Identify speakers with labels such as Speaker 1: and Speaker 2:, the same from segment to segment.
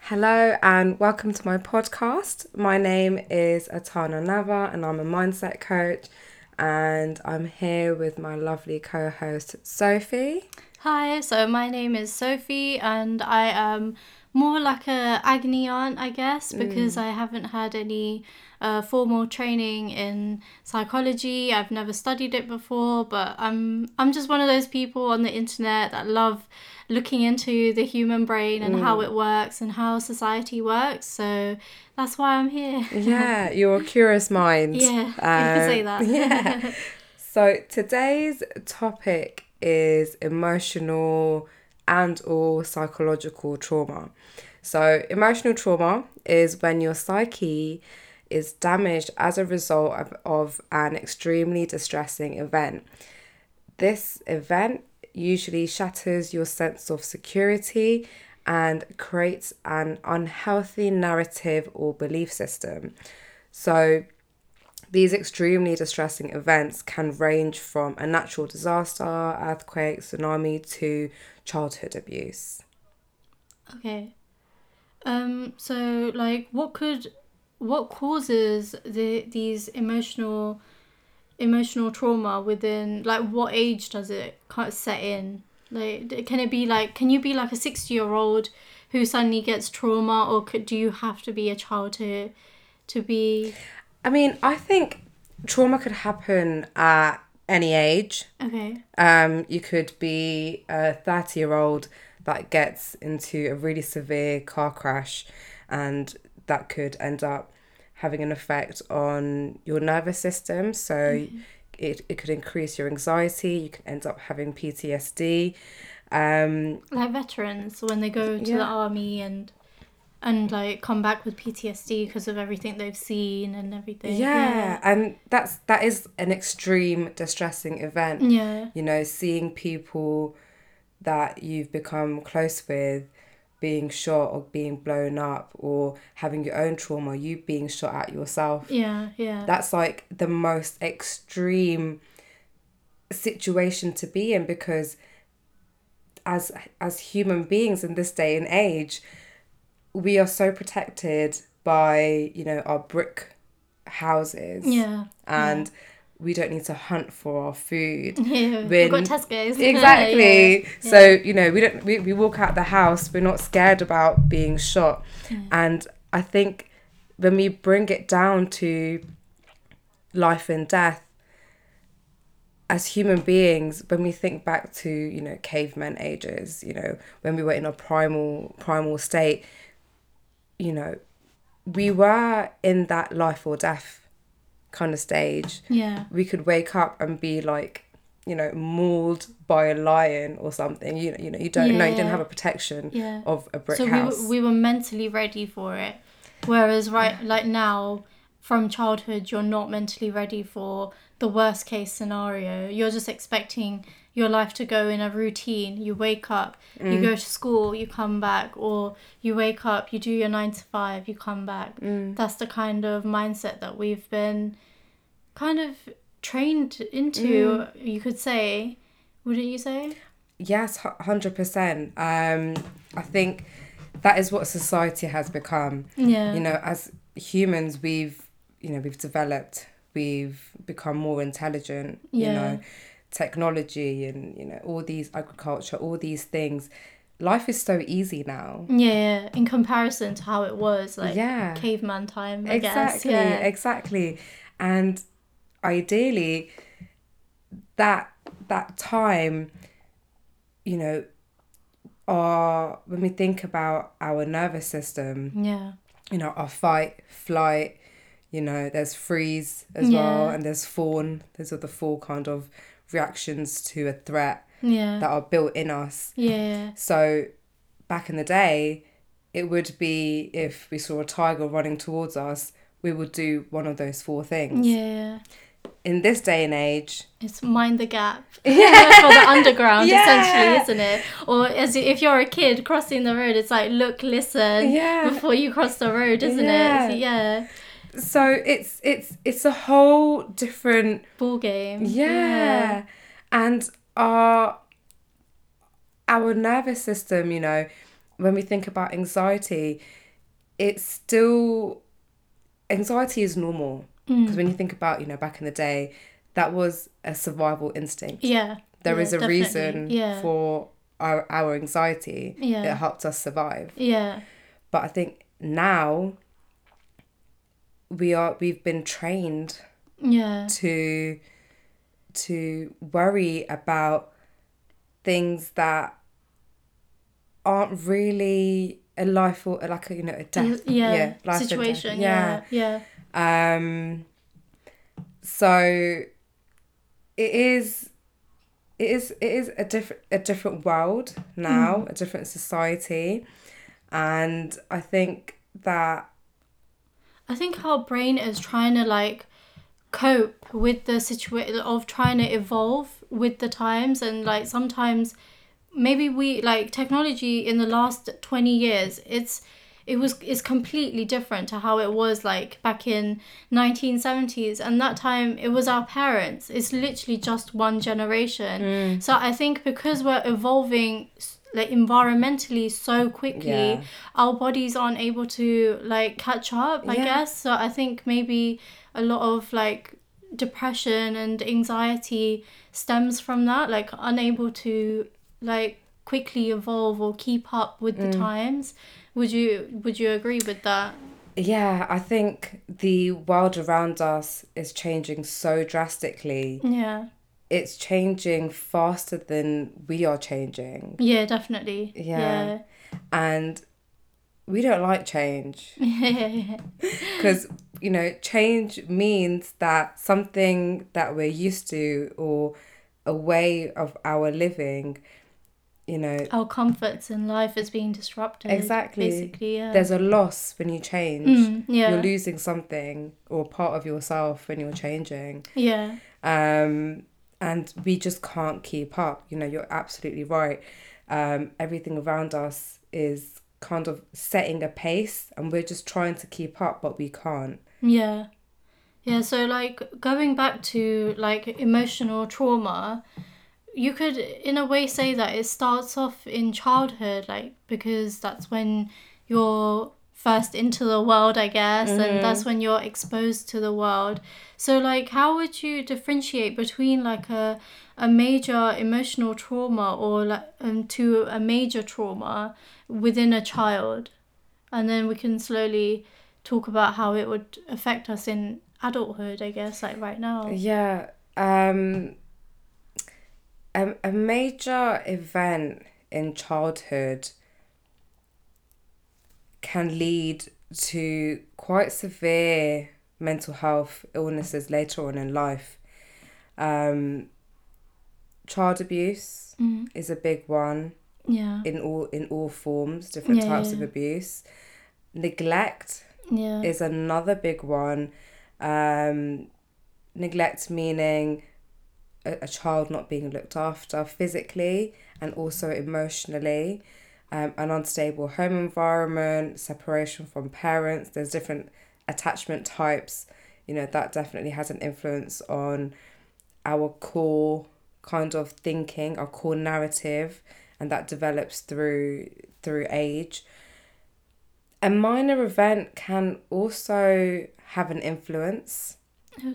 Speaker 1: Hello and welcome to my podcast. My name is Atana Nava and I'm a mindset coach and I'm here with my lovely co-host Sophie.
Speaker 2: Hi, so my name is Sophie, and I am more like a agony aunt, I guess, because I haven't had any uh, formal training in psychology. I've never studied it before, but I'm I'm just one of those people on the internet that love looking into the human brain and how it works and how society works. So that's why I'm here.
Speaker 1: Yeah, you're a curious mind.
Speaker 2: Yeah, you can
Speaker 1: Um,
Speaker 2: say that.
Speaker 1: Yeah. so today's topic is emotional and or psychological trauma. So emotional trauma is when your psyche is damaged as a result of, of an extremely distressing event. This event usually shatters your sense of security and creates an unhealthy narrative or belief system. So, these extremely distressing events can range from a natural disaster, earthquake, tsunami, to childhood abuse.
Speaker 2: Okay. Um so like what could what causes the these emotional emotional trauma within like what age does it kind of set in? Like d- can it be like can you be like a 60-year-old who suddenly gets trauma or could do you have to be a child to to be
Speaker 1: I mean, I think trauma could happen at any age.
Speaker 2: okay.
Speaker 1: Um, you could be a 30 year old that gets into a really severe car crash, and that could end up having an effect on your nervous system. So it, it could increase your anxiety, you could end up having PTSD. Um,
Speaker 2: Like veterans when they go to
Speaker 1: Yeah.
Speaker 2: the army and and like come back with PTSD because of everything they've seen and everything.
Speaker 1: yeah, and that's that is an extreme distressing event.
Speaker 2: Yeah. Yeah.
Speaker 1: you know seeing people that you've become close with being shot or being blown up or having your own trauma you being shot at yourself
Speaker 2: Yeah. yeah.
Speaker 1: that's like the most extreme situation to be in because as as human beings in this day and age we are so protected by you know our brick houses
Speaker 2: Yeah.
Speaker 1: and we don't need to hunt for our food
Speaker 2: Yeah. We've got
Speaker 1: When-
Speaker 2: Tesco's.
Speaker 1: exactly
Speaker 2: Yeah.
Speaker 1: so you know we don't we, we walk out the house we're not scared about being shot and i think when we bring it down to life and death as human beings when we think back to you know caveman ages you know when we were in a primal primal state you know we were in that life or death kind of stage
Speaker 2: Yeah.
Speaker 1: we could wake up and be like you know mauled by a lion or something you you know you don't know you didn't
Speaker 2: Yeah.
Speaker 1: have a protection
Speaker 2: Yeah.
Speaker 1: of a brick
Speaker 2: So we
Speaker 1: house
Speaker 2: were, we were mentally ready for it, whereas right like now from childhood you're not mentally ready for the worst case scenario. You're just expecting your life to go in a routine. You wake up, you go to school, you come back, or you wake up, you do your nine to five, you come back. That's the kind of mindset that we've been kind of trained into. You could say, wouldn't you say?
Speaker 1: yes hu- 100% um i think that is what society has become
Speaker 2: Yeah.
Speaker 1: you know as humans we've you know we've developed we've become more intelligent you
Speaker 2: Yeah.
Speaker 1: know technology and you know all these agriculture all these things life is so easy now
Speaker 2: Yeah, in comparison to how it was, like
Speaker 1: Yeah.
Speaker 2: caveman time, I
Speaker 1: exactly
Speaker 2: guess.
Speaker 1: exactly and ideally that that time you know our when we think about our nervous system
Speaker 2: Yeah. Yeah.
Speaker 1: you know our fight flight you know there's freeze as well
Speaker 2: Yeah.
Speaker 1: and there's fawn those are the four kind of reactions to a threat
Speaker 2: Yeah.
Speaker 1: that are built in us
Speaker 2: Yeah.
Speaker 1: So back in the day, it would be if we saw a tiger running towards us, we would do one of those four things.
Speaker 2: Yeah.
Speaker 1: In this day and age,
Speaker 2: It's mind the gap for the underground,
Speaker 1: Yeah.
Speaker 2: essentially, isn't it? Or as if you're a kid crossing the road, it's like look, listen
Speaker 1: Yeah.
Speaker 2: before you cross the road, isn't
Speaker 1: Yeah.
Speaker 2: it? So, yeah,
Speaker 1: so it's it's it's a whole different
Speaker 2: ball game.
Speaker 1: yeah. And our our nervous system, you know, when we think about anxiety, it's still anxiety is normal because when you think about you know back in the day, that was a survival instinct.
Speaker 2: Yeah.
Speaker 1: There
Speaker 2: yeah,
Speaker 1: is a
Speaker 2: definitely.
Speaker 1: reason
Speaker 2: Yeah.
Speaker 1: for our our anxiety.
Speaker 2: Yeah.
Speaker 1: It helped us survive.
Speaker 2: yeah.
Speaker 1: But I think now we are we've been trained
Speaker 2: Yeah.
Speaker 1: to to worry about things that aren't really a life or like a you know a death
Speaker 2: Yeah.
Speaker 1: life and death.
Speaker 2: Situation. Yeah.
Speaker 1: yeah
Speaker 2: Yeah.
Speaker 1: um so it is it is it is a different a different world now a different society and i think that
Speaker 2: I think our brain is trying to like cope with the situation of trying to evolve with the times and like sometimes maybe we like technology in the last 20 years it's it was is completely different to how it was like back in 1970s and that time it was our parents it's literally just one generation so i think because we're evolving s- like environmentally so quickly
Speaker 1: Yeah.
Speaker 2: our bodies aren't able to like catch up i
Speaker 1: Yeah.
Speaker 2: guess so i think maybe a lot of like depression and anxiety stems from that like unable to like quickly evolve or keep up with
Speaker 1: Mm.
Speaker 2: the times would you would you agree with that
Speaker 1: Yeah, I think the world around us is changing so drastically.
Speaker 2: yeah
Speaker 1: It's changing faster than we are changing.
Speaker 2: yeah definitely
Speaker 1: Yeah. And we don't like change
Speaker 2: yeah
Speaker 1: because, you know, change means that something that we're used to or a way of our living, you know,
Speaker 2: our comforts in life is being disrupted
Speaker 1: Exactly.
Speaker 2: basically yeah
Speaker 1: there's a loss when you change.
Speaker 2: Mm, yeah
Speaker 1: You're losing something or part of yourself when you're changing.
Speaker 2: yeah
Speaker 1: um, and we just can't keep up. You know, you're absolutely right. Um, everything around us is kind of setting a pace, and we're just trying to keep up, but we can't.
Speaker 2: Yeah. Yeah, so like going back to like emotional trauma, you could in a way say that it starts off in childhood, like because that's when you're first into the world, I guess, and that's when you're exposed to the world. So like how would you differentiate between like a a major emotional trauma or like um, to a major trauma within a child? and then we can slowly talk about how it would affect us in adulthood i guess like right now
Speaker 1: Yeah. Um, a, a major event in childhood can lead to quite severe mental health illnesses later on in life. Um, child abuse
Speaker 2: mm.
Speaker 1: is a big one
Speaker 2: yeah
Speaker 1: in all in all forms, different
Speaker 2: Yeah,
Speaker 1: types
Speaker 2: yeah.
Speaker 1: of abuse. Neglect
Speaker 2: yeah
Speaker 1: is another big one. Um, neglect meaning a, a child not being looked after physically and also emotionally. Um, an unstable home environment, separation from parents. There's different attachment types. You know that definitely has an influence on our core kind of thinking, our core narrative, and that develops through through age a minor event can also have an influence.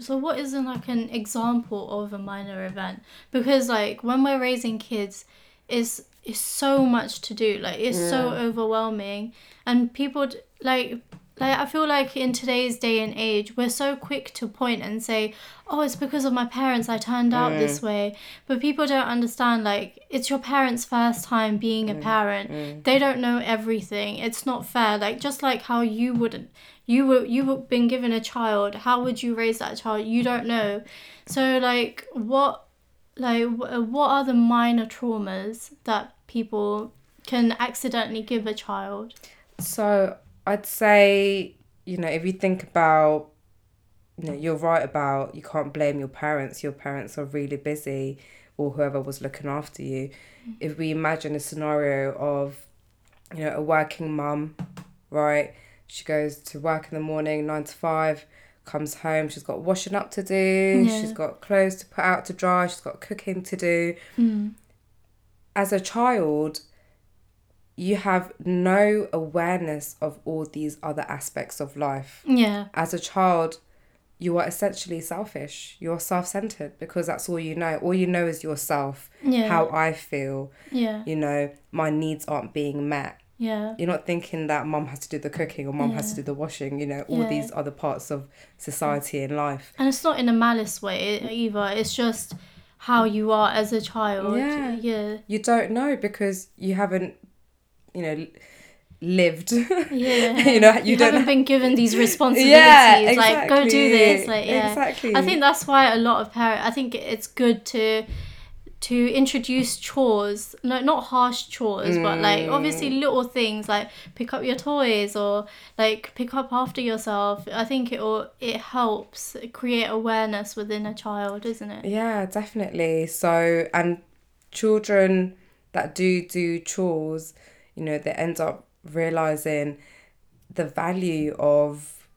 Speaker 2: so what is uh, like an example of a minor event because like when we're raising kids it's it's so much to do like it's so overwhelming and people d- like like i feel like in today's day and age we're so quick to point and say oh it's because of my parents i turned out this way but people don't understand like it's your parents first time being a parent they don't know everything it's not fair like just like how you wouldn't you were you've been given a child how would you raise that child you don't know so like what like wh- what are the minor traumas that people can accidentally give a child
Speaker 1: So I'd say, you know, if you think about, you know, you're right about you can't blame your parents. Your parents are really busy or whoever was looking after you. If we imagine a scenario of, you know, a working mum, right? She goes to work in the morning, nine to five, comes home, she's got washing up to do,
Speaker 2: Yeah.
Speaker 1: she's got clothes to put out to dry, she's got cooking to do. as a child, you have no awareness of all these other aspects of life.
Speaker 2: Yeah.
Speaker 1: As a child, you are essentially selfish. You're self centered because that's all you know. All you know is yourself,
Speaker 2: Yeah.
Speaker 1: how I feel,
Speaker 2: Yeah.
Speaker 1: you know, my needs aren't being met.
Speaker 2: Yeah.
Speaker 1: You're not thinking that mum has to do the cooking or mum has to do the washing, you know, all
Speaker 2: Yeah.
Speaker 1: these other parts of society and life.
Speaker 2: And it's not in a malice way e- either. It's just how you are as a child.
Speaker 1: Yeah.
Speaker 2: Yeah.
Speaker 1: You don't know because you haven't, you know, lived.
Speaker 2: Yeah.
Speaker 1: you know, you, don't
Speaker 2: haven't been given these responsibilities. Like go do this. Like yeah.
Speaker 1: Exactly.
Speaker 2: I think that's why a lot of parents. I think it's good to to introduce chores, no, not harsh chores, but like obviously
Speaker 1: Mm.
Speaker 2: little things like pick up your toys or like pick up after yourself. I think it will it helps create awareness within a child, isn't it?
Speaker 1: Yeah, definitely. So, and children that do do chores, you know, they end up realizing the value of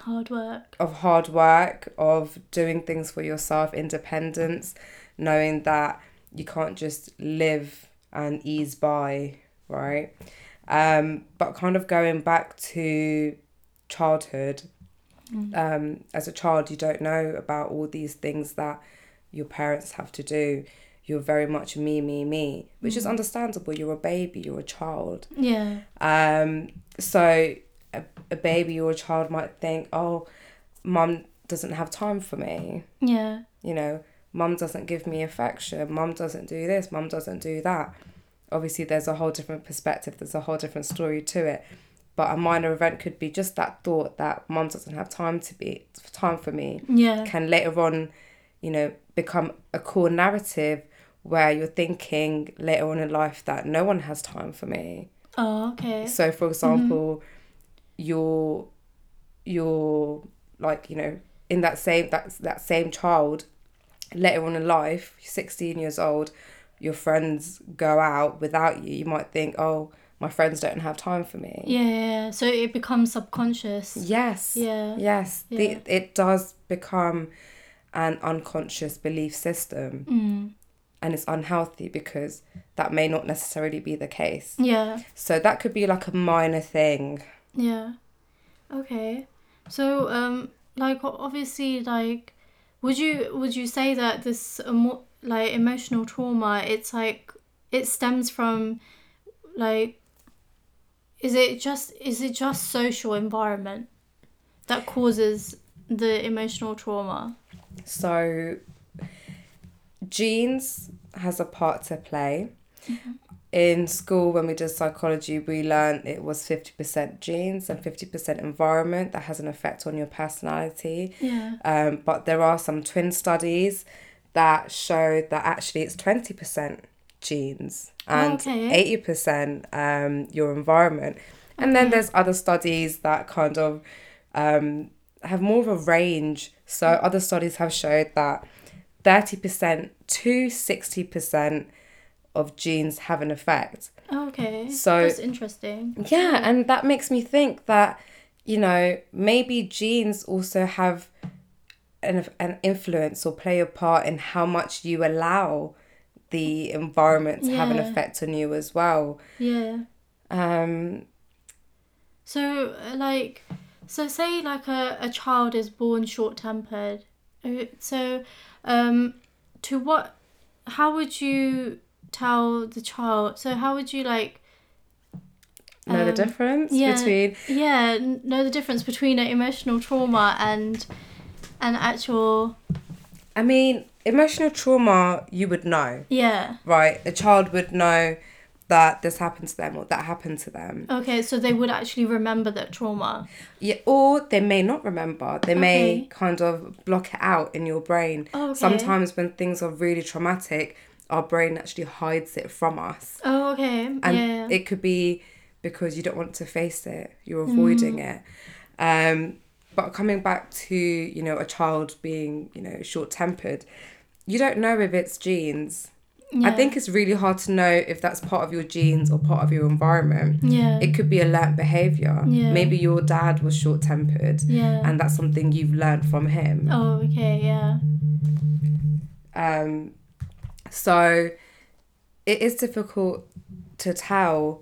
Speaker 2: Hard work.
Speaker 1: of hard work, of doing things for yourself, independence, knowing that you can't just live and ease by, right? Um, but kind of going back to childhood, um, as a child, you don't know about all these things that your parents have to do. You're very much me, me, me, which is understandable. You're a baby, you're a child.
Speaker 2: Yeah.
Speaker 1: Um, so a, a baby or a child might think, oh, mum doesn't have time for me.
Speaker 2: Yeah.
Speaker 1: You know, mum doesn't give me affection. Mum doesn't do this. Mum doesn't do that. Obviously, there's a whole different perspective. There's a whole different story to it. But a minor event could be just that thought that mum doesn't have time to be time for me
Speaker 2: Yeah.
Speaker 1: can later on, you know, become a core narrative where you're thinking later on in life that no one has time for me.
Speaker 2: Oh, okay.
Speaker 1: So, for example, you're you're like you know in that same that that same child later on in life, you're 16 years old, your friends go out without you. You might think, oh, my friends don't have time for me.
Speaker 2: Yeah, yeah, yeah. So it becomes subconscious.
Speaker 1: Yes.
Speaker 2: Yeah.
Speaker 1: Yes.
Speaker 2: Yeah.
Speaker 1: The, it does become an unconscious belief system.
Speaker 2: Mm.
Speaker 1: And it's unhealthy because that may not necessarily be the case.
Speaker 2: Yeah.
Speaker 1: So that could be like a minor thing.
Speaker 2: Yeah. Okay. So um like o- obviously like would you would you say that this emo- like emotional trauma it's like it stems from like is it just is it just social environment that causes the emotional trauma?
Speaker 1: So genes has a part to play. In school, when we did psychology, we learned it was 50% genes and 50% environment that has an effect on your personality.
Speaker 2: Yeah.
Speaker 1: Um, but there are some twin studies that show that actually it's 20% genes and
Speaker 2: Okay.
Speaker 1: 80% um, your environment. And then there's other studies that kind of um, have more of a range. So other studies have showed that 30% to 60% of genes have an effect.
Speaker 2: Okay.
Speaker 1: So-
Speaker 2: that's interesting.
Speaker 1: Yeah, and that makes me think that, you know, maybe genes also have an, an influence or play a part in how much you allow the environment to have an
Speaker 2: Yeah.
Speaker 1: effect on you as well.
Speaker 2: Yeah.
Speaker 1: Um,
Speaker 2: So, uh, like, so say like a, a child is born short tempered. So, um, to what, how would you tell the child? So, how would you like,
Speaker 1: know the
Speaker 2: Um,
Speaker 1: difference
Speaker 2: yeah.
Speaker 1: between
Speaker 2: yeah, n- know the difference between an emotional trauma and an actual,
Speaker 1: I mean, emotional trauma you would know,
Speaker 2: yeah.
Speaker 1: right? A child would know that this happened to them or that happened to them.
Speaker 2: Okay, so they would actually remember that trauma.
Speaker 1: Yeah, or they may not remember. They may
Speaker 2: Okay.
Speaker 1: kind of block it out in your brain.
Speaker 2: Oh, okay.
Speaker 1: Sometimes when things are really traumatic, our brain actually hides it from us.
Speaker 2: Oh, okay.
Speaker 1: And
Speaker 2: yeah.
Speaker 1: it could be because you don't want to face it, you're avoiding
Speaker 2: Mm.
Speaker 1: it. Um, but coming back to, you know, a child being, you know, short tempered, you don't know if it's genes. I
Speaker 2: Yeah.
Speaker 1: think it's really hard to know if that's part of your genes or part of your environment.
Speaker 2: yeah.
Speaker 1: It could be a learnt behavior.
Speaker 2: Yeah.
Speaker 1: Maybe your dad was short tempered
Speaker 2: yeah.
Speaker 1: and that's something you've learned from him.
Speaker 2: oh, okay. Yeah.
Speaker 1: Um, so it is difficult to tell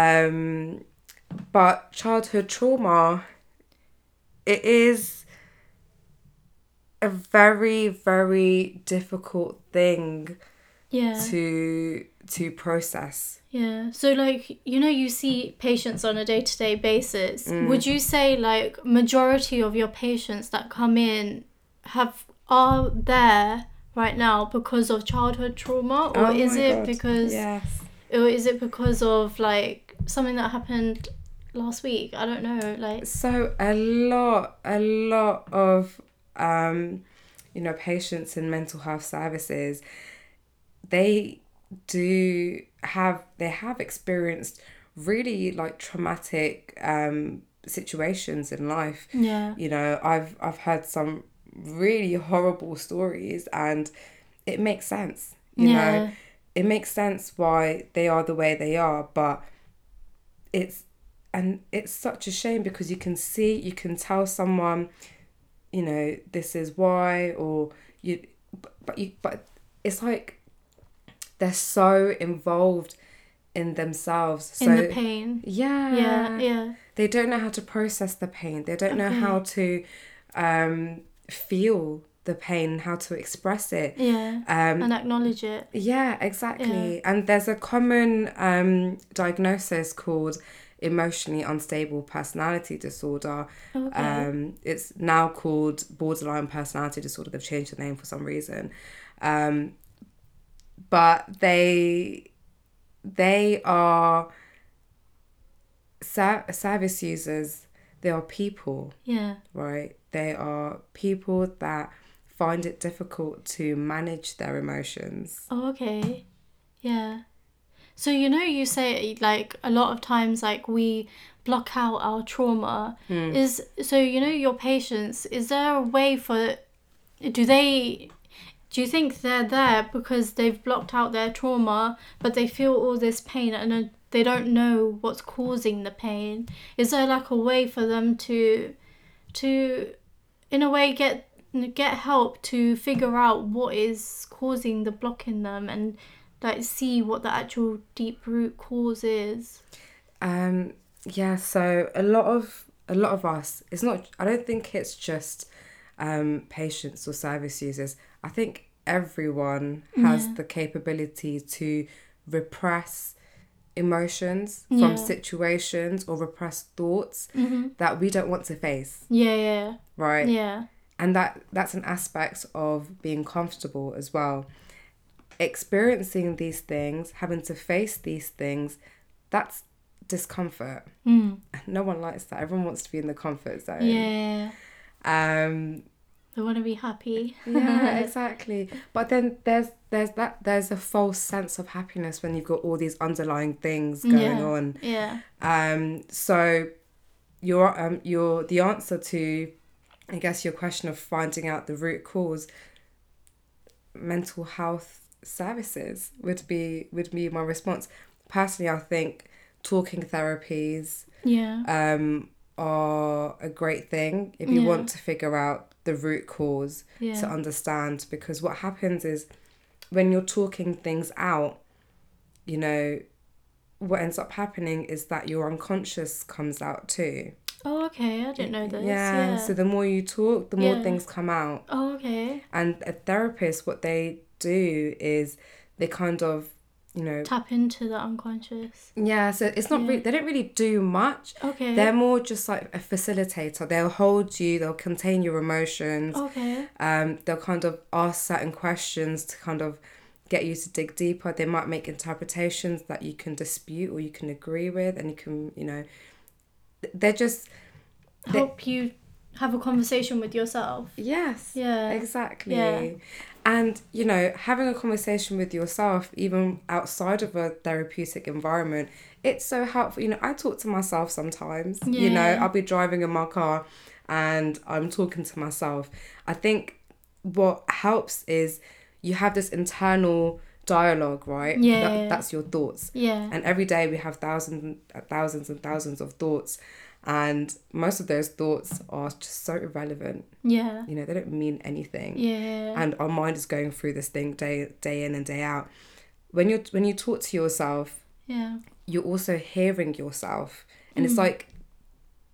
Speaker 1: Um, but childhood trauma, it is a very, very difficult thing
Speaker 2: Yeah.
Speaker 1: to to process.
Speaker 2: Yeah. So like you know you see patients on a day-to-day basis.
Speaker 1: Mm.
Speaker 2: Would you say like majority of your patients that come in have are there right now because of childhood trauma or
Speaker 1: Oh
Speaker 2: is
Speaker 1: my
Speaker 2: it
Speaker 1: God.
Speaker 2: because
Speaker 1: yes.
Speaker 2: or is it because of like something that happened last week? I don't know. Like
Speaker 1: So a lot, a lot of, um, you know, patients in mental health services, they do have they have experienced really like traumatic um, situations in life.
Speaker 2: yeah.
Speaker 1: You know, I've I've heard some really horrible stories, and it makes sense. You
Speaker 2: Yeah.
Speaker 1: know, it makes sense why they are the way they are, but it's and it's such a shame because you can see you can tell someone you know this is why or you but, but you but it's like they're so involved in themselves so
Speaker 2: in the pain.
Speaker 1: yeah
Speaker 2: Yeah, yeah.
Speaker 1: they don't know how to process the pain they don't know how to um feel the pain how to express it
Speaker 2: Yeah.
Speaker 1: um
Speaker 2: and acknowledge it.
Speaker 1: yeah, exactly. And there's a common um, diagnosis called emotionally unstable personality disorder.
Speaker 2: Okay.
Speaker 1: Um, it's now called borderline personality disorder. They've changed the name for some reason. Um, but they they are ser- service users. They are people
Speaker 2: yeah.
Speaker 1: right? They are people that find it difficult to manage their emotions.
Speaker 2: Oh, okay. Yeah. So, you know, you say like a lot of times, like we block out our trauma. Is so, you know, your patients, is there a way for, do they, do you think they're there because they've blocked out their trauma, but they feel all this pain and uh, they don't know what's causing the pain? Is there like a way for them to, to, in a way, get get help to figure out what is causing the block in them and like see what the actual deep root cause is.
Speaker 1: Um, yeah, so a lot of a lot of us, it's not I don't think it's just um patients or service users. I think everyone has
Speaker 2: Yeah.
Speaker 1: the capability to repress emotions
Speaker 2: Yeah. Mm-hmm.
Speaker 1: from situations or repress thoughts that we don't want to face,
Speaker 2: Yeah, yeah,
Speaker 1: right?
Speaker 2: yeah,
Speaker 1: and that that's an aspect of being comfortable as well experiencing these things having to face these things that's discomfort
Speaker 2: mm.
Speaker 1: no one likes that everyone wants to be in the comfort zone
Speaker 2: yeah.
Speaker 1: um
Speaker 2: They want to be happy.
Speaker 1: yeah exactly but then there's there's that there's a false sense of happiness when you've got all these underlying things going
Speaker 2: yeah.
Speaker 1: on
Speaker 2: Yeah,
Speaker 1: um, so your um your the answer to I guess your question of finding out the root cause mental health services would be would be my response. Personally I think talking therapies
Speaker 2: yeah,
Speaker 1: um are a great thing if you
Speaker 2: Yeah.
Speaker 1: want to figure out the root cause
Speaker 2: yeah.
Speaker 1: to understand because what happens is when you're talking things out, you know, what ends up happening is that your unconscious comes out too.
Speaker 2: oh, okay. I didn't know this.
Speaker 1: Yeah.
Speaker 2: Yeah.
Speaker 1: So the more you talk, the more
Speaker 2: Yeah.
Speaker 1: things come out.
Speaker 2: oh, okay.
Speaker 1: And a therapist, what they do is they kind of, you know,
Speaker 2: Tap into the unconscious.
Speaker 1: yeah. So it's not
Speaker 2: Yeah.
Speaker 1: really. They don't really do much.
Speaker 2: Okay.
Speaker 1: They're more just like a facilitator. They'll hold you. They'll contain your emotions.
Speaker 2: okay.
Speaker 1: Um, they'll kind of ask certain questions to kind of get you to dig deeper. They might make interpretations that you can dispute or you can agree with, and you can, you know, they're just they-
Speaker 2: Help you have a conversation with yourself.
Speaker 1: yes,
Speaker 2: Yeah.
Speaker 1: exactly.
Speaker 2: Yeah.
Speaker 1: And you know, having a conversation with yourself, even outside of a therapeutic environment, it's so helpful. You know, I talk to myself sometimes. You know,
Speaker 2: Yeah.
Speaker 1: I'll be driving in my car, and I'm talking to myself. I think what helps is you have this internal dialogue, right?
Speaker 2: Yeah.
Speaker 1: That, that's your thoughts.
Speaker 2: Yeah.
Speaker 1: And every day we have thousands, thousands and thousands of thoughts, and most of those thoughts are just so irrelevant.
Speaker 2: Yeah.
Speaker 1: You know, they don't mean anything.
Speaker 2: Yeah.
Speaker 1: And our mind is going through this thing day day in and day out. When you are when you talk to yourself,
Speaker 2: Yeah.
Speaker 1: you're also hearing yourself and
Speaker 2: Mm.
Speaker 1: it's like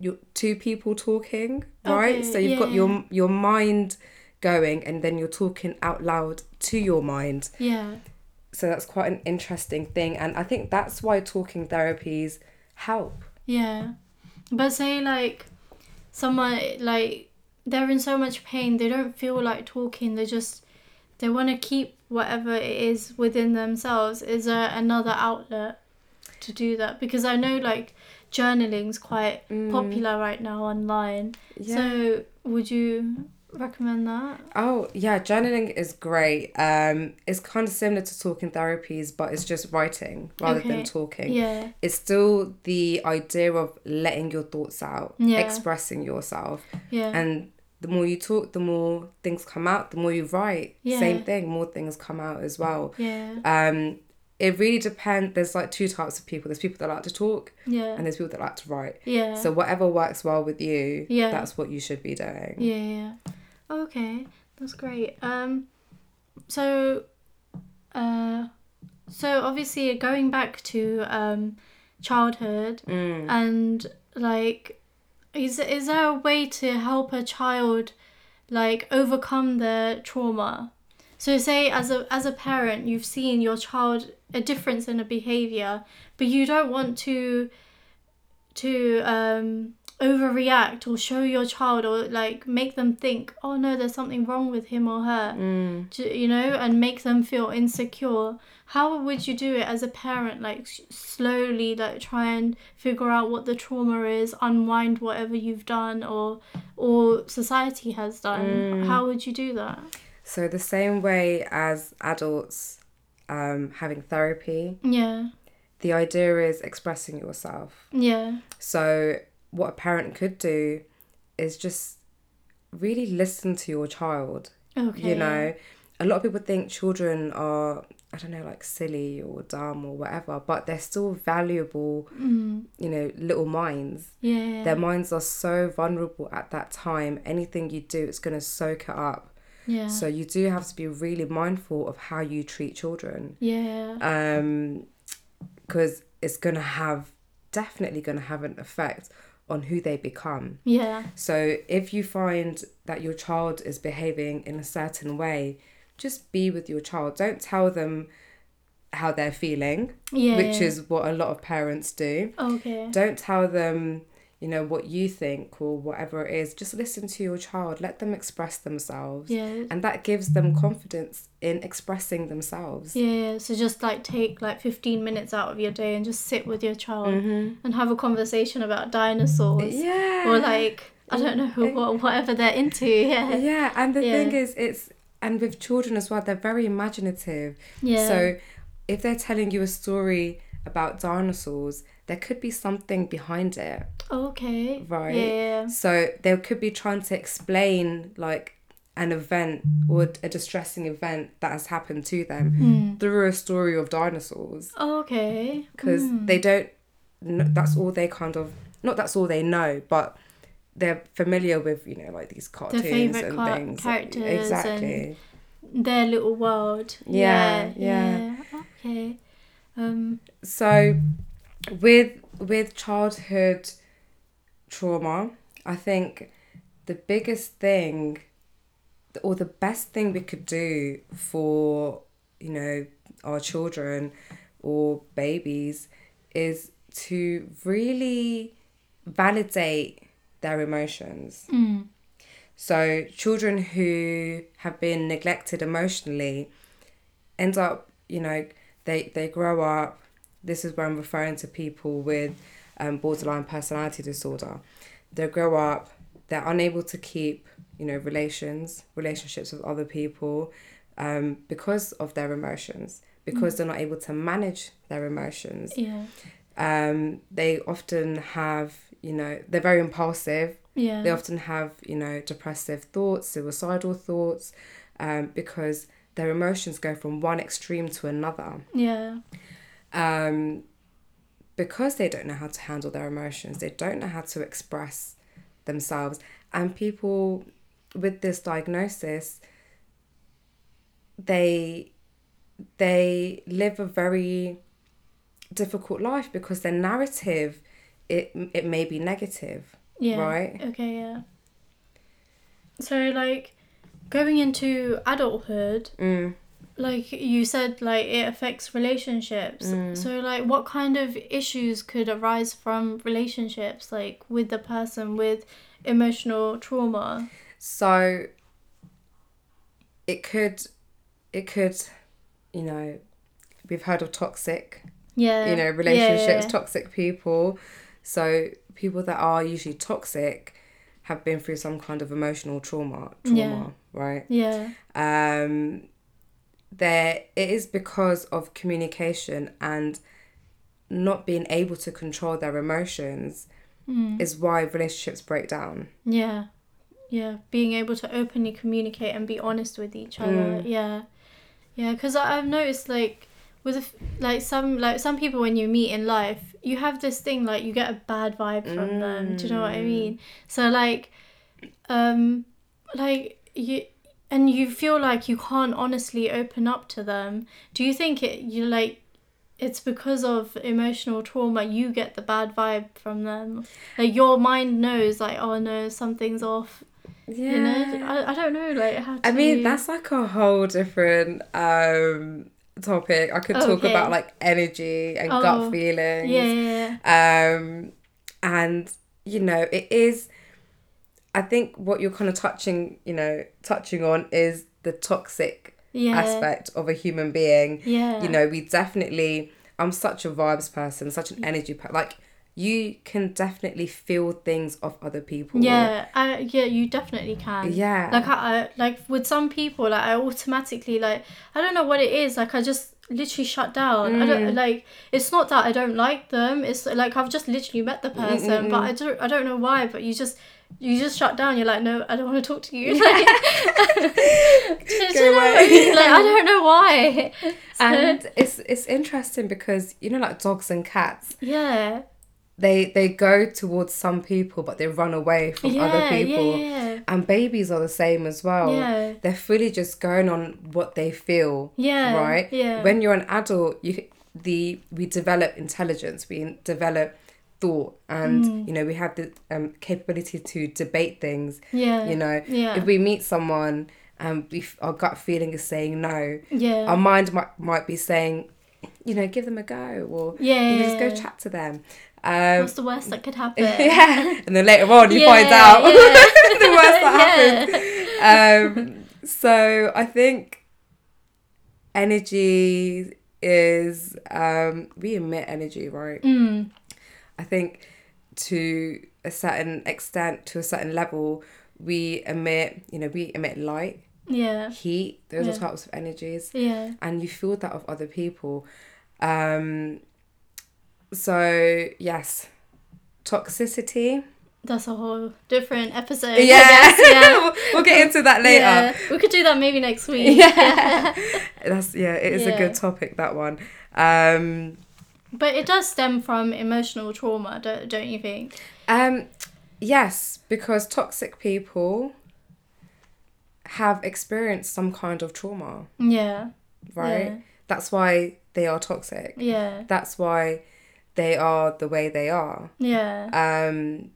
Speaker 1: you're two people talking right
Speaker 2: Okay,
Speaker 1: so you've got
Speaker 2: yeah.
Speaker 1: your your mind going and then you're talking out loud to your mind
Speaker 2: Yeah.
Speaker 1: so that's quite an interesting thing and i think that's why talking therapies help
Speaker 2: Yeah. But say like someone like they're in so much pain, they don't feel like talking, they just they want to keep whatever it is within themselves. Is there another outlet to do that? Because I know like journaling's quite popular right now online. So would you recommend that?
Speaker 1: Oh, yeah, journaling is great. Um, it's kind of similar to talking therapies, but it's just writing rather than
Speaker 2: Okay,
Speaker 1: talking.
Speaker 2: Yeah.
Speaker 1: It's still the idea of letting your thoughts out,
Speaker 2: Yeah.
Speaker 1: expressing yourself.
Speaker 2: Yeah.
Speaker 1: And the more you talk, the more things come out, the more you write.
Speaker 2: Yeah.
Speaker 1: Same thing, more things come out as well.
Speaker 2: yeah.
Speaker 1: Um, it really depends. There's like two types of people there's people that like to talk,
Speaker 2: Yeah.
Speaker 1: and there's people that like to write.
Speaker 2: yeah.
Speaker 1: So, whatever works well with you,
Speaker 2: Yeah.
Speaker 1: that's what you should be doing.
Speaker 2: Yeah, yeah. Okay, that's great. Um, so, uh, so obviously going back to um, childhood
Speaker 1: Mm.
Speaker 2: and like, is is there a way to help a child like overcome their trauma? So say as a as a parent, you've seen your child a difference in a behavior, but you don't want to to um, overreact or show your child or like make them think, oh no, there's something wrong with him or her,
Speaker 1: Mm.
Speaker 2: Do- you know, and make them feel insecure. How would you do it as a parent? Like s- slowly, like try and figure out what the trauma is, unwind whatever you've done or or society has done.
Speaker 1: Mm.
Speaker 2: How would you do that?
Speaker 1: So the same way as adults um, having therapy,
Speaker 2: Yeah,
Speaker 1: the idea is expressing yourself.
Speaker 2: yeah,
Speaker 1: So what a parent could do is just really listen to your child.
Speaker 2: okay,
Speaker 1: You know, a lot of people think children are I don't know like silly or dumb or whatever, but they're still valuable. You know, little minds.
Speaker 2: Mm-hmm. yeah,
Speaker 1: Their minds are so vulnerable at that time. Anything you do, it's gonna soak it up.
Speaker 2: yeah,
Speaker 1: So you do have to be really mindful of how you treat children.
Speaker 2: yeah,
Speaker 1: Um because it's going to have definitely going to have an effect on who they become.
Speaker 2: yeah,
Speaker 1: So if you find that your child is behaving in a certain way, just be with your child. Don't tell them how they're feeling,
Speaker 2: yeah,
Speaker 1: which is what a lot of parents do.
Speaker 2: okay,
Speaker 1: Don't tell them, you know, what you think or whatever it is. Just listen to your child. Let them express themselves
Speaker 2: yeah.
Speaker 1: and that gives them confidence in expressing themselves.
Speaker 2: Yeah, so just like take like 15 minutes out of your day and just sit with your child and have a conversation about dinosaurs
Speaker 1: Mm-hmm. Yeah.
Speaker 2: or like I don't know what, whatever they're into. Yeah.
Speaker 1: yeah, and the
Speaker 2: Yeah.
Speaker 1: thing is, it's and with children as well, they're very imaginative.
Speaker 2: Yeah.
Speaker 1: So if they're telling you a story about dinosaurs, there could be something behind it,
Speaker 2: okay.
Speaker 1: right?
Speaker 2: Yeah.
Speaker 1: So they could be trying to explain like an event or a distressing event that has happened to
Speaker 2: Hmm.
Speaker 1: them through a story of dinosaurs.
Speaker 2: Okay.
Speaker 1: because
Speaker 2: Hmm.
Speaker 1: they don't kn- that's all they kind of not that's all they know but they're familiar with you know like these cartoons
Speaker 2: favourite
Speaker 1: and
Speaker 2: car-
Speaker 1: things
Speaker 2: characters and-
Speaker 1: exactly
Speaker 2: Mm. Their little world.
Speaker 1: Yeah,
Speaker 2: Yeah. yeah. Okay. Um
Speaker 1: so with with childhood trauma i think the biggest thing or the best thing we could do for you know our children or babies is to really validate their emotions
Speaker 2: mm,
Speaker 1: so children who have been neglected emotionally end up, you know, they they grow up. This is where I'm referring to people with um, borderline personality disorder. They grow up. They're unable to keep, you know, relations, relationships with other people, um, because of their emotions. Because they're not able to manage their emotions.
Speaker 2: yeah.
Speaker 1: Um, they often have, you know, they're very impulsive. They
Speaker 2: Yeah.
Speaker 1: often have, you know, depressive thoughts, suicidal thoughts, um, because their emotions go from one extreme to another.
Speaker 2: Yeah.
Speaker 1: Um, because they don't know how to handle their emotions, they don't know how to express themselves. And people with this diagnosis, they they live a very difficult life because their narrative it it may be negative
Speaker 2: Yeah.
Speaker 1: right
Speaker 2: Okay, yeah. So like going into adulthood,
Speaker 1: mm.
Speaker 2: like you said like it affects relationships.
Speaker 1: Mm.
Speaker 2: So like what kind of issues could arise from relationships like with the person with emotional trauma?
Speaker 1: so it could it could you know we've heard of toxic
Speaker 2: Yeah.
Speaker 1: you know
Speaker 2: Yeah,
Speaker 1: relationships
Speaker 2: yeah, yeah.
Speaker 1: toxic people so people that are usually toxic have been through some kind of emotional trauma trauma right
Speaker 2: Yeah.
Speaker 1: um there it is because of communication and not being able to control their emotions
Speaker 2: Hmm.
Speaker 1: is why relationships break down
Speaker 2: Yeah. Yeah. Being able to openly communicate and be honest with each other.
Speaker 1: Mm.
Speaker 2: Yeah. Yeah. Because I've noticed, like, with a f like some like some people when you meet in life, you have this thing like you get a bad vibe from them. Do you know what I
Speaker 1: Mm.
Speaker 2: mean? So like, um, like you. And you feel like you can't honestly open up to them. Do you think it you like it's because of emotional trauma you get the bad vibe from them like your mind knows like oh no something's off
Speaker 1: yeah
Speaker 2: you know I, I don't know like how to
Speaker 1: I mean, that's like a whole different um topic. I could talk
Speaker 2: Okay.
Speaker 1: about like energy and
Speaker 2: Oh,
Speaker 1: gut feelings.
Speaker 2: yeah yeah
Speaker 1: Um and you know, it is I think what you're kind of touching, you know, touching on is the toxic
Speaker 2: yeah
Speaker 1: aspect of a human being.
Speaker 2: yeah
Speaker 1: You know, we definitely I'm such a vibes person, such
Speaker 2: Mm.
Speaker 1: an energy person. Like you can definitely feel things off other people.
Speaker 2: yeah I, yeah you definitely can
Speaker 1: Yeah.
Speaker 2: like I, I like with some people like i automatically like i don't know what it is like i just literally shut down i
Speaker 1: Mm.
Speaker 2: don't like it's not that i don't like them it's like i've just literally met
Speaker 1: Mm,
Speaker 2: the person but i don't i don't know why but you just you just shut down you're like no i don't want to talk to you like, do you
Speaker 1: Go
Speaker 2: know what I
Speaker 1: away.
Speaker 2: mean? like i don't know why So,
Speaker 1: And it's it's interesting because you know like dogs and cats,
Speaker 2: yeah
Speaker 1: they they go towards some people but they run away from
Speaker 2: yeah,
Speaker 1: other people. Oh.
Speaker 2: yeah
Speaker 1: And babies are the same as well.
Speaker 2: Yeah.
Speaker 1: They're fully just going on what they feel.
Speaker 2: Yeah,
Speaker 1: Right?
Speaker 2: yeah.
Speaker 1: When you're an adult, you the we develop intelligence, we develop thought and
Speaker 2: Mm.
Speaker 1: you know, we have the um, capability to debate things.
Speaker 2: yeah
Speaker 1: You know.
Speaker 2: yeah
Speaker 1: If we meet someone and we f- our gut feeling is saying no,
Speaker 2: yeah
Speaker 1: our mind might, might be saying, you know, give them a go or you know, just go
Speaker 2: Yeah.
Speaker 1: chat to them. Um,
Speaker 2: what's the worst that could happen
Speaker 1: yeah, and then later on you
Speaker 2: Yeah,
Speaker 1: find out
Speaker 2: yeah.
Speaker 1: the worst that happens. Um, so I think energy is um, we emit energy, right?
Speaker 2: Mm,
Speaker 1: I think to a certain extent, to a certain level, we emit, you know, we emit light,
Speaker 2: yeah
Speaker 1: heat. Those
Speaker 2: Yeah.
Speaker 1: are types of energies
Speaker 2: yeah
Speaker 1: and you feel that of other people. Um, so yes, toxicity.
Speaker 2: That's a whole different episode. I
Speaker 1: Yeah,
Speaker 2: guess, yeah.
Speaker 1: we'll, we'll get into that later.
Speaker 2: Yeah. We could do that maybe next week.
Speaker 1: Yeah. that's yeah. It is a
Speaker 2: Yeah.
Speaker 1: good topic that one. Um,
Speaker 2: But it does stem from emotional trauma, don't, don't you think?
Speaker 1: um, yes, because toxic people have experienced some kind of trauma,
Speaker 2: Yeah.
Speaker 1: right? That's why they are toxic.
Speaker 2: Yeah.
Speaker 1: That's why they are the way they are.
Speaker 2: Yeah.
Speaker 1: um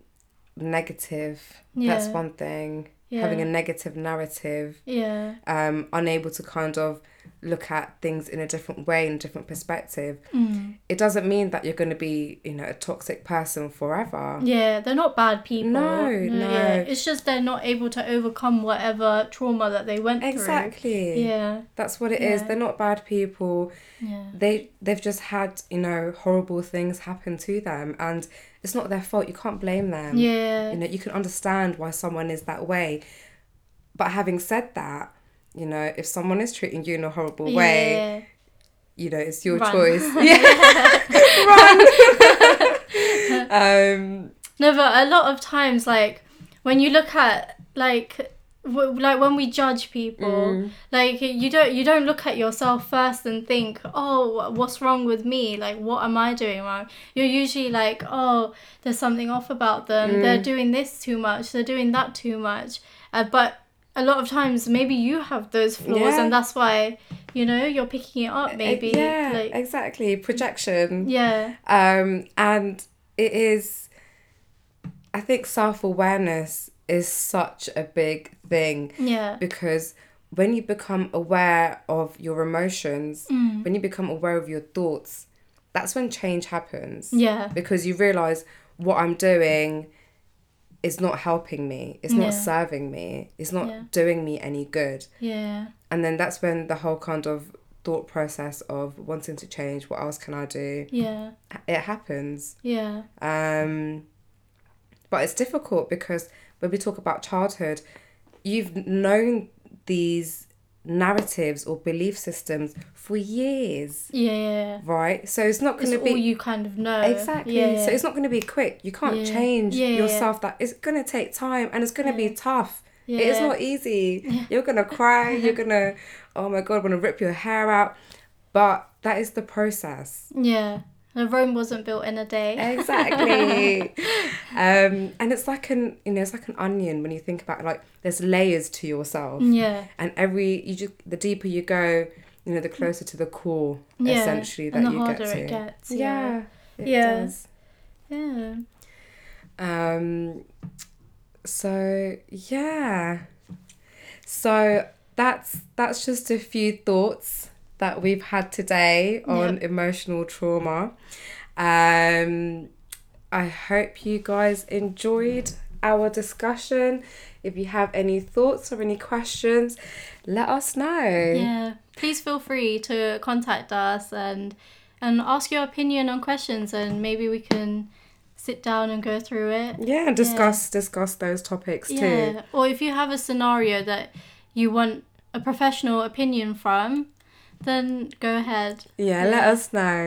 Speaker 1: negative that's
Speaker 2: Yeah.
Speaker 1: one thing
Speaker 2: Yeah.
Speaker 1: having a negative narrative
Speaker 2: Yeah.
Speaker 1: um unable to kind of look at things in a different way in a different perspective
Speaker 2: Mm.
Speaker 1: it doesn't mean that you're going to be you know a toxic person forever
Speaker 2: Yeah. They're not bad people.
Speaker 1: No, no.
Speaker 2: Yeah. It's just they're not able to overcome whatever trauma that they went through.
Speaker 1: exactly
Speaker 2: Yeah.
Speaker 1: that's what it is.
Speaker 2: Yeah.
Speaker 1: they're not bad people
Speaker 2: Yeah.
Speaker 1: they they've just had you know horrible things happen to them and it's not their fault you can't blame them
Speaker 2: Yeah.
Speaker 1: you know you can understand why someone is that way but having said that you know if someone is treating you in a horrible way
Speaker 2: Yeah.
Speaker 1: you know it's your
Speaker 2: Run.
Speaker 1: choice yeah run um
Speaker 2: No, but a lot of times, like when you look at like w- like when we judge people,
Speaker 1: Mm.
Speaker 2: like you don't you don't look at yourself first and think, oh, wh- what's wrong with me? Like, what am I doing wrong? You're usually like, oh,
Speaker 1: Mm.
Speaker 2: there's something off about them. They're doing this too much. They're doing that too much. Uh, but a lot of times maybe you have those flaws
Speaker 1: Yeah. Uh,
Speaker 2: and that's why you know you're picking it up maybe
Speaker 1: yeah,
Speaker 2: like Mm.
Speaker 1: exactly. Projection.
Speaker 2: yeah
Speaker 1: Um, and it is, I think self awareness is such a big thing
Speaker 2: yeah
Speaker 1: because when you become aware of your emotions,
Speaker 2: Mm.
Speaker 1: when you become aware of your thoughts, that's when change happens.
Speaker 2: yeah
Speaker 1: Because you realize what I'm doing is not helping me, it's not
Speaker 2: Yeah.
Speaker 1: serving me, it's not
Speaker 2: Yeah.
Speaker 1: doing me any good.
Speaker 2: yeah
Speaker 1: And then that's when the whole kind of thought process of wanting to change, what else can I do?
Speaker 2: yeah
Speaker 1: It happens.
Speaker 2: yeah
Speaker 1: Um, but it's difficult because when we talk about childhood, you've known these narratives or belief systems for years,
Speaker 2: yeah
Speaker 1: right? So it's not
Speaker 2: it's
Speaker 1: going to
Speaker 2: all
Speaker 1: be
Speaker 2: you kind of know
Speaker 1: exactly.
Speaker 2: yeah,
Speaker 1: So it's not going to be quick. You can't
Speaker 2: Yeah.
Speaker 1: change
Speaker 2: Yeah, yeah.
Speaker 1: yourself. That it's going to take time and it's going to be tough.
Speaker 2: yeah.
Speaker 1: It is not easy. You're gonna cry. You're gonna, oh my god, wanna rip your hair out. But that is the process.
Speaker 2: yeah And Rome wasn't built in a day
Speaker 1: Exactly. um, and it's like an, you know, it's like an onion when you think about it, like there's layers to yourself,
Speaker 2: yeah
Speaker 1: and every you just the deeper you go, you know, the closer to the core
Speaker 2: yeah
Speaker 1: essentially that
Speaker 2: and the
Speaker 1: you
Speaker 2: harder
Speaker 1: get to.
Speaker 2: it gets
Speaker 1: Yeah. It
Speaker 2: Yeah.
Speaker 1: does.
Speaker 2: yeah
Speaker 1: Um, so yeah, so that's that's just a few thoughts that we've had today on
Speaker 2: Yep.
Speaker 1: emotional trauma. Um, I hope you guys enjoyed our discussion. If you have any thoughts or any questions, let us know.
Speaker 2: Yeah. Please feel free to contact us and and ask your opinion on questions and maybe we can sit down and go through it.
Speaker 1: Yeah, and discuss discuss those topics too.
Speaker 2: Yeah. Or if you have a scenario that you want a professional opinion from, then go ahead.
Speaker 1: Yeah, let us know.